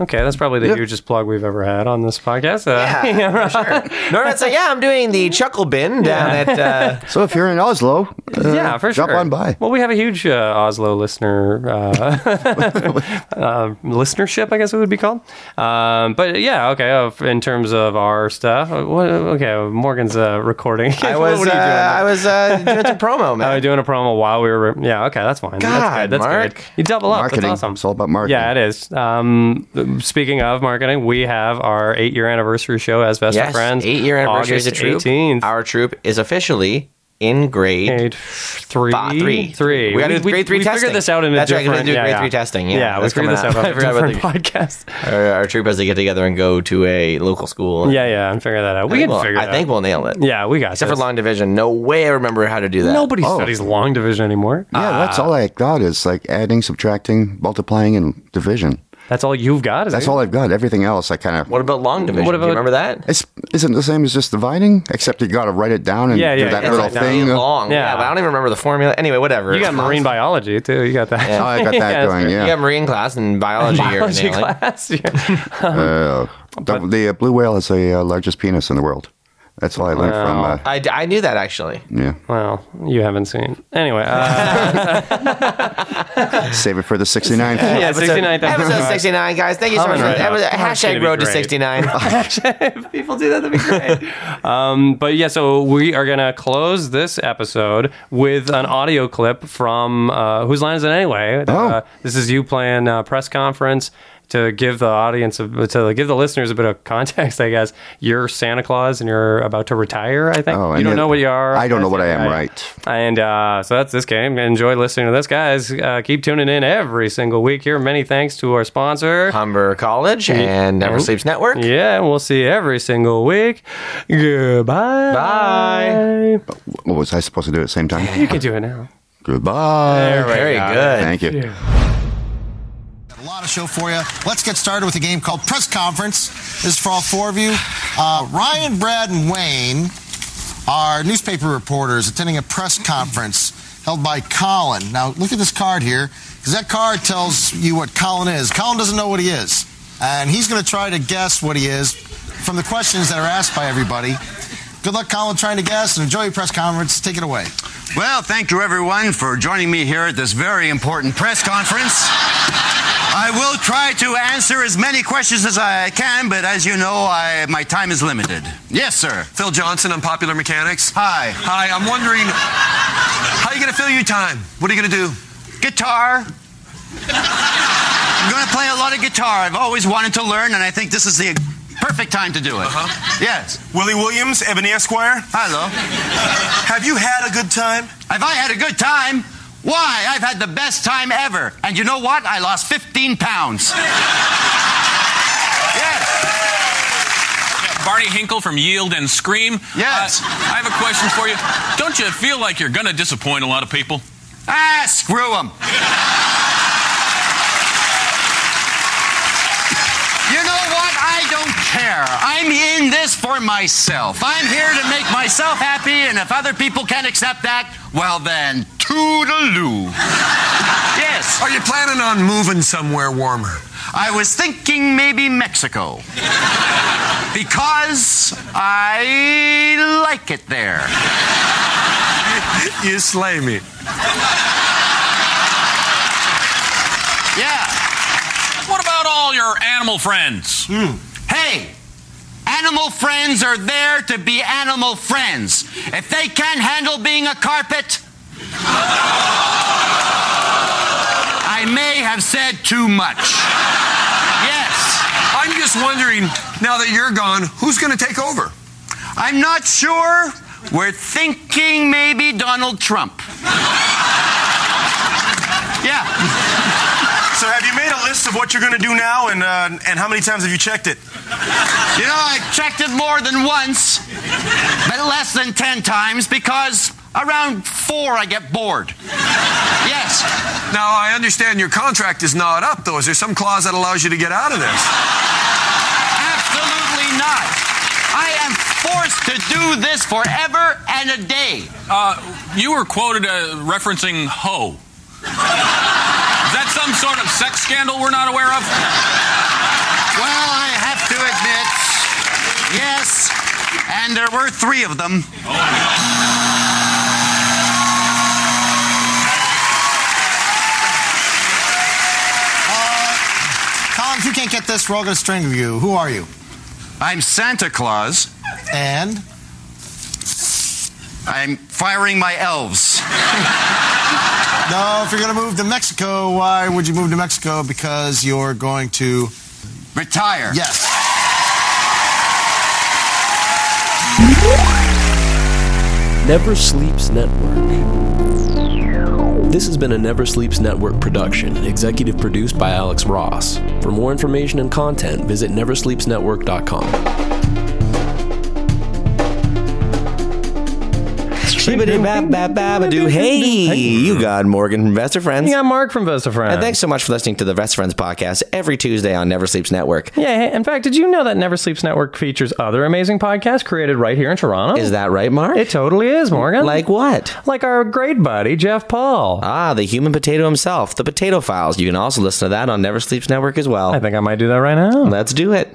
[SPEAKER 2] Okay. That's probably the
[SPEAKER 4] Yeah.
[SPEAKER 2] hugest plug we've ever had on this podcast.
[SPEAKER 3] Yeah,
[SPEAKER 2] Uh,
[SPEAKER 3] for sure. Norman said, "Yeah, I'm doing the Chuckle Bin down at." Uh,
[SPEAKER 4] So if you're in Oslo, uh,
[SPEAKER 2] yeah, for
[SPEAKER 4] drop
[SPEAKER 2] sure.
[SPEAKER 4] on by.
[SPEAKER 2] Well, we have a huge uh, Oslo listener uh, uh, listenership, I guess it would be called. Um, but yeah, okay. Uh, in terms of our stuff, uh, what, okay, Morgan's uh, recording.
[SPEAKER 3] I was,
[SPEAKER 2] what are you doing?
[SPEAKER 3] uh, I was uh, doing some promo,
[SPEAKER 2] Oh,
[SPEAKER 3] man.
[SPEAKER 2] you're doing a promo while we were. Yeah, okay, that's fine. that's good.
[SPEAKER 3] God,
[SPEAKER 2] That's
[SPEAKER 3] Mark.
[SPEAKER 2] good. You double up.
[SPEAKER 4] Marketing.
[SPEAKER 2] That's awesome.
[SPEAKER 4] It's all about marketing.
[SPEAKER 2] Yeah, it is. Um, speaking of marketing, we have our eight-year anniversary show as best of
[SPEAKER 3] yes,
[SPEAKER 2] friends.
[SPEAKER 3] eight-year anniversary
[SPEAKER 2] August
[SPEAKER 3] of the troop.
[SPEAKER 2] 18th.
[SPEAKER 3] Our troop is officially in grade
[SPEAKER 2] Grade three,
[SPEAKER 3] Fi- three.
[SPEAKER 2] three.
[SPEAKER 3] We gotta do grade three
[SPEAKER 2] we
[SPEAKER 3] testing.
[SPEAKER 2] figured this out in a
[SPEAKER 3] That's right,
[SPEAKER 2] different.
[SPEAKER 3] we're gonna do grade three testing, yeah.
[SPEAKER 2] yeah we
[SPEAKER 3] That's
[SPEAKER 2] figured this out on a
[SPEAKER 3] coming out. I forgot about
[SPEAKER 2] different podcast.
[SPEAKER 3] our, our troop has to get together and go to a local school.
[SPEAKER 2] Yeah, yeah, and figure that out. We
[SPEAKER 3] I think
[SPEAKER 2] can
[SPEAKER 3] we'll-
[SPEAKER 2] figure.
[SPEAKER 3] I
[SPEAKER 2] it
[SPEAKER 3] think
[SPEAKER 2] out.
[SPEAKER 3] we'll nail it.
[SPEAKER 2] Yeah, we got.
[SPEAKER 3] Except for
[SPEAKER 2] this.
[SPEAKER 3] long division, no way I remember how to do that. Oh. Uh,
[SPEAKER 2] Nobody studies long division anymore.
[SPEAKER 4] Yeah, that's all I got is like adding, subtracting, multiplying, and division.
[SPEAKER 2] That's all you've got. Is
[SPEAKER 4] That's
[SPEAKER 2] it?
[SPEAKER 4] all I've got. Everything else, I kind of.
[SPEAKER 3] What about long division?
[SPEAKER 2] What
[SPEAKER 3] do you
[SPEAKER 2] about-
[SPEAKER 3] remember that?
[SPEAKER 4] It's isn't the same as just dividing, except you got to write it down and
[SPEAKER 2] Yeah, yeah,
[SPEAKER 4] do that
[SPEAKER 2] yeah.
[SPEAKER 4] little
[SPEAKER 2] It's like
[SPEAKER 4] thing.
[SPEAKER 3] Really long.
[SPEAKER 2] Yeah.
[SPEAKER 3] Yeah. but I don't even remember the formula. Anyway, whatever.
[SPEAKER 2] You got marine biology too. You got that.
[SPEAKER 4] Oh, I got that
[SPEAKER 2] Yeah,
[SPEAKER 4] going.
[SPEAKER 3] You
[SPEAKER 4] Yeah,
[SPEAKER 3] got marine class and biology.
[SPEAKER 2] Biology
[SPEAKER 3] you're nailing.
[SPEAKER 2] class. Yeah.
[SPEAKER 4] the, the, uh, blue whale is the uh, largest penis in the world. That's all I learned from. Uh,
[SPEAKER 3] I, I knew that actually.
[SPEAKER 4] yeah,
[SPEAKER 2] Well, you haven't seen. Anyway, uh,
[SPEAKER 4] save it for the 69th.
[SPEAKER 2] yeah, sixty nine.
[SPEAKER 3] Episode 69, guys. Thank you so
[SPEAKER 2] Coming
[SPEAKER 3] much. for
[SPEAKER 2] right
[SPEAKER 3] that.
[SPEAKER 2] up.
[SPEAKER 3] Episode-
[SPEAKER 2] Mark's gonna
[SPEAKER 3] Hashtag
[SPEAKER 2] be
[SPEAKER 3] road to
[SPEAKER 2] great.
[SPEAKER 3] 69.
[SPEAKER 2] if people do that, that'd be great. um, but yeah, so we are gonna close this episode with an audio clip from uh, whose line is it anyway?
[SPEAKER 4] Oh.
[SPEAKER 2] Uh, this is you playing uh, press conference to give the audience a, to give the listeners a bit of context. I guess you're Santa Claus and you're about to retire. I think you
[SPEAKER 4] Oh, and
[SPEAKER 2] don't
[SPEAKER 4] it-
[SPEAKER 2] know what you are.
[SPEAKER 4] I don't know what I am,
[SPEAKER 2] Yeah.
[SPEAKER 4] right?
[SPEAKER 2] And uh, so that's this game. Enjoy listening to this, guys. Uh, keep tuning in every single week here. Many thanks to our sponsor.
[SPEAKER 3] Humber College and Never Sleeps Network.
[SPEAKER 2] Yeah, we'll see you every single week. Goodbye.
[SPEAKER 3] Bye.
[SPEAKER 4] What was I supposed to do at the same
[SPEAKER 2] You
[SPEAKER 4] time?
[SPEAKER 2] can do it now.
[SPEAKER 4] Goodbye.
[SPEAKER 3] Very good.
[SPEAKER 4] Thank you.
[SPEAKER 5] Got A lot of show for you. Let's get started with a game called Press Conference. This is for all four of you. Uh, Ryan, Brad, and Wayne are newspaper reporters attending a press conference held by Colin. Now, look at this card here, because that card tells you what Colin is. Colin doesn't know what he is, and he's going to try to guess what he is from the questions that are asked by everybody. Good luck, Colin, trying to guess, and enjoy your press conference. Take it away.
[SPEAKER 6] Well, thank you everyone for joining me here at this very important press conference. I will try to answer as many questions as I can, but as you know, I, my time is limited. Yes, sir.
[SPEAKER 7] Phil Johnson, Unpopular Mechanics.
[SPEAKER 6] Hi.
[SPEAKER 7] Hi, I'm wondering how you gonna fill your time? What are you gonna do?
[SPEAKER 6] Guitar. I'm going to play a lot of guitar. I've always wanted to learn, and I think this is the perfect time to do it.
[SPEAKER 7] Uh-huh.
[SPEAKER 6] Yes.
[SPEAKER 7] Willie Williams, Ebony Esquire.
[SPEAKER 6] Hello.
[SPEAKER 7] Have you had a good time?
[SPEAKER 6] Have I had a good time? Why? I've had the best time ever. And you know what? I lost 15 pounds. yes.
[SPEAKER 8] Barney Hinkle from Yield and Scream.
[SPEAKER 6] Yes.
[SPEAKER 8] Uh, I have a question for you. Don't you feel like you're going to disappoint a lot of people?
[SPEAKER 6] Ah, screw them. You know what? I don't care. I'm in this for myself. I'm here to make myself happy, and if other people can't accept that, well then, toodaloo. yes.
[SPEAKER 7] Are you planning on moving somewhere warmer?
[SPEAKER 6] I was thinking maybe Mexico. because I like it there.
[SPEAKER 7] You slay me.
[SPEAKER 6] Yeah.
[SPEAKER 8] What about all your animal friends?
[SPEAKER 6] Hey, animal friends are there to be animal friends. If they can't handle being a carpet, I may have said too much. Yes,
[SPEAKER 7] I'm just wondering, now that you're gone, who's going to take over?
[SPEAKER 6] I'm not sure. We're thinking maybe Donald Trump. Yeah,
[SPEAKER 9] So have you made a list of what you're going to do now, and uh, and how many times have you checked it?
[SPEAKER 6] you know, I checked it more than once, but less than 10 times because around four I get bored. Yes.
[SPEAKER 7] Now, I understand your contract is not up, though. Is there some clause that allows you to get out of this?
[SPEAKER 6] Absolutely not. I am forced to do this forever and a day.
[SPEAKER 8] Uh, you were quoted uh, referencing hoe. Is that some sort of sex scandal we're not aware of?
[SPEAKER 6] Well, I have to admit, yes, and there were three of them.
[SPEAKER 5] Colin, if you can't get this, we're all going to strangle you. Who are you?
[SPEAKER 6] I'm Santa Claus.
[SPEAKER 5] And
[SPEAKER 6] I'm firing my elves.
[SPEAKER 5] no, if you're going to move to Mexico, why would you move to Mexico? Because you're going to
[SPEAKER 6] Retire.
[SPEAKER 5] yes.
[SPEAKER 10] Never Sleeps Network. This has been a Never Sleeps Network production, executive produced by Alex Ross. For more information and content, visit neversleepsnetwork.com.
[SPEAKER 3] Hey, you got Morgan from Best of Friends.
[SPEAKER 2] You got Mark from Best of Friends.
[SPEAKER 3] And Uh, thanks so much for listening to the Best of Friends podcast every Tuesday on Never Sleeps Network.
[SPEAKER 2] Yeah, hey, in fact, did you know that Never Sleeps Network features other amazing podcasts created right here in Toronto?
[SPEAKER 3] Is that right, Mark?
[SPEAKER 2] It totally is, Morgan.
[SPEAKER 3] like what?
[SPEAKER 2] like our great buddy Jeff Paul.
[SPEAKER 3] Ah, the human potato himself, the Potato Files. You can also listen to that on Never Sleeps Network as well.
[SPEAKER 2] I think I might do that right now.
[SPEAKER 3] Let's do it.